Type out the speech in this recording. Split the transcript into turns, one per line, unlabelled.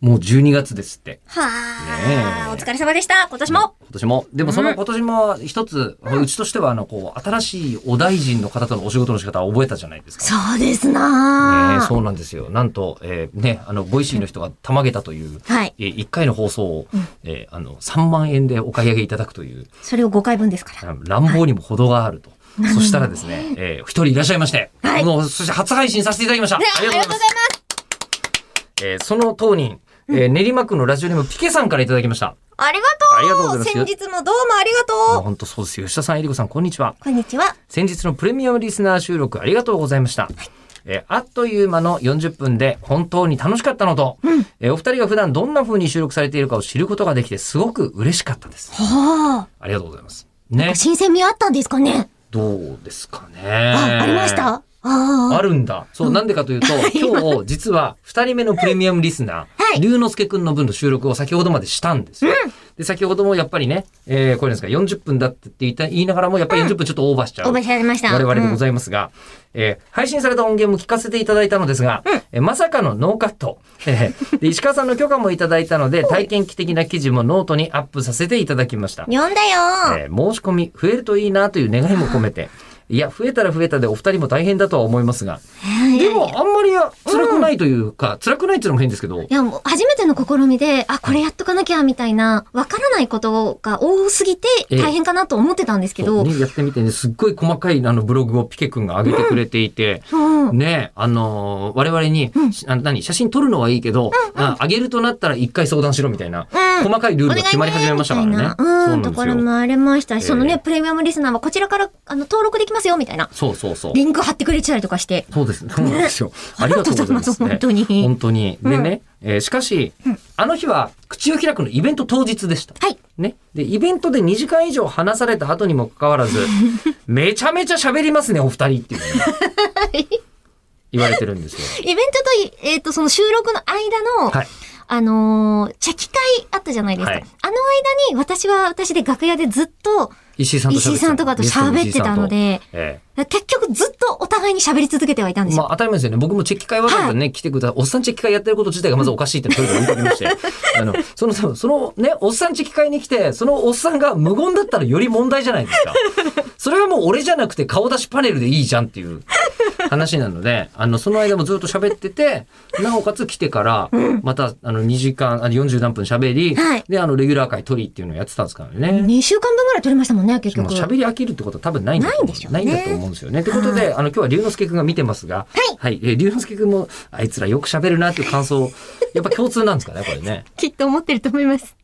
もう12月ですって。
は
ね
あ、
え
お疲れ様でした。今年も。
今年も。でもそうの
ん
今年も一つ、うちとしてはあの、こう、新しいお大臣の方とのお仕事の仕方を覚えたじゃないですか。
そうです
ね
な
え
あ
そうなんですよ。なんと、えーね、あの、ご維新の人がたまげたという、
はい。
え1回の放送を、えーあの、3万円でお買い上げいただくという、
それを5回分ですから。
あの乱暴にも程があると。そしたらですね、えー、お一人いらっしゃいまして、
はい
もうそして初配信させていただきました。あ
ね
りがとうございます。えーその当人、えー練馬区のラジオネームピケさんからいただきました。
ありが
ありがとうござい
とう
ます
先日もどうもありが
もう
とう
本当そうですよ。吉田さん、えりこさん、こんにちは。
こんにちは。
先日のプレミアムリスナー収録ありがとうございました。えーあっという間の40分で本当に楽しかったのと、えーお二人が普段どんな風に収録されているかを知ることができてすごく嬉しかったです。
は
ありがとうございます。ね
あ。、新鮮味あったんですかね
どうですかね。
あ、ありましたあ
あ
あ。
るんだ。そう、なんでかと いうと、今日、実は、二人目のプレミアムリスナ
は
ー、
い
龍之介くんの分の収録を先ほどまでしたんですよ。で、先ほどもやっぱりね、えー、これですか、40分だってって言いた言いながらも、やっぱり40分ちょっとオーバーしちゃう。
おばされました。
我々でご
い
ざいますが、えー配信された音源も聞かせていただいたのですが、えーまさかのノーカット、えーで石川さんの許可もいただいたので、体験記的な記事もノートにアップさせていただきました。
読んだよ
えー申し込み増えるといいなという願いも込めて、いや、増えたら増えたでお二人も大変だとは思いますが、でもあんまり辛くないというか、辛くないっていうのも変ですけど
い、や、もう初めての試みで、あ、これやっとかなきゃ、みたいな、わからないことが多すぎて、
ええ
大変かなと思ってたんですけ
そう
ど、
ね、やってみてね、すっごい細かいあのブログをピケ君が上げてくれていて、
そう。
ねあのー我々に、しあの何、写真撮るのはいいけど、あ上げるとなったら一回相談しろみたいな、
うん
細かいルールが決まり始めましたからね。
お願いねみたい
そう
な
な
うんん、
で
と
す
ころ
よ。
もありましたし、
ええ
そのね、プレミアムリスナーはこちらから、あの、登録できますよ、みたいな。
そうそうそう。
リンク貼ってくれちゃりとかして。
そうです。そうなんですよ。ありがとうございます、ね。
本当に
本当に。で
うん
ね、えーしかし、あの日は、口を開くのイベント当日でした。
はい。
ね。で、イベントで2時間以上話された後にもかかわらず、 めちゃめちゃ喋りますね、お二人っていうのをね、 言われてるんですよ。
イベントと、えっ、と、その収録の間の、
はい。
あのーチェキ会あったじゃないですか。
はい
あの間に、私は私で楽屋でずっと、
石井さんと喋ってた
石井さんとかと喋ってたので。
ゲスト石井さんとええ
結局ずっとお互いに喋り続けてはいたんです
ま
よ。
あ当たり前ですよね。僕もチェキ会わざわざね、来てください。おっさんチェキ会やってること自体がまずおかしいってとにかく言いかけま して。あの、その、そのそのね、おっさんチェキ会に来て、そのおっさんが無言だったらより問題じゃない ですか。それはもう俺じゃなくて顔出しパネルでいいじゃんっていう話なので、あの、その間もずっと喋ってて、なおかつ来てから、また、あの、2時間、あの、40何分喋り、
はい
で、あの、レギュラー会取りっていうのをやってたんですからね。
2週間分ぐらい撮れましたもんね、結
もう喋
局。
り飽きるってことは多分ないんだと思う
ないんでしょう
な
ね
いんだと思うんですよね。ということで、あの、今日は龍之介くんが見てますが、
はい
はい。えー龍之介くんも、あいつらよく喋るなっていう感想、やっぱ共通なんですかね、これね。
きっと思ってると思います。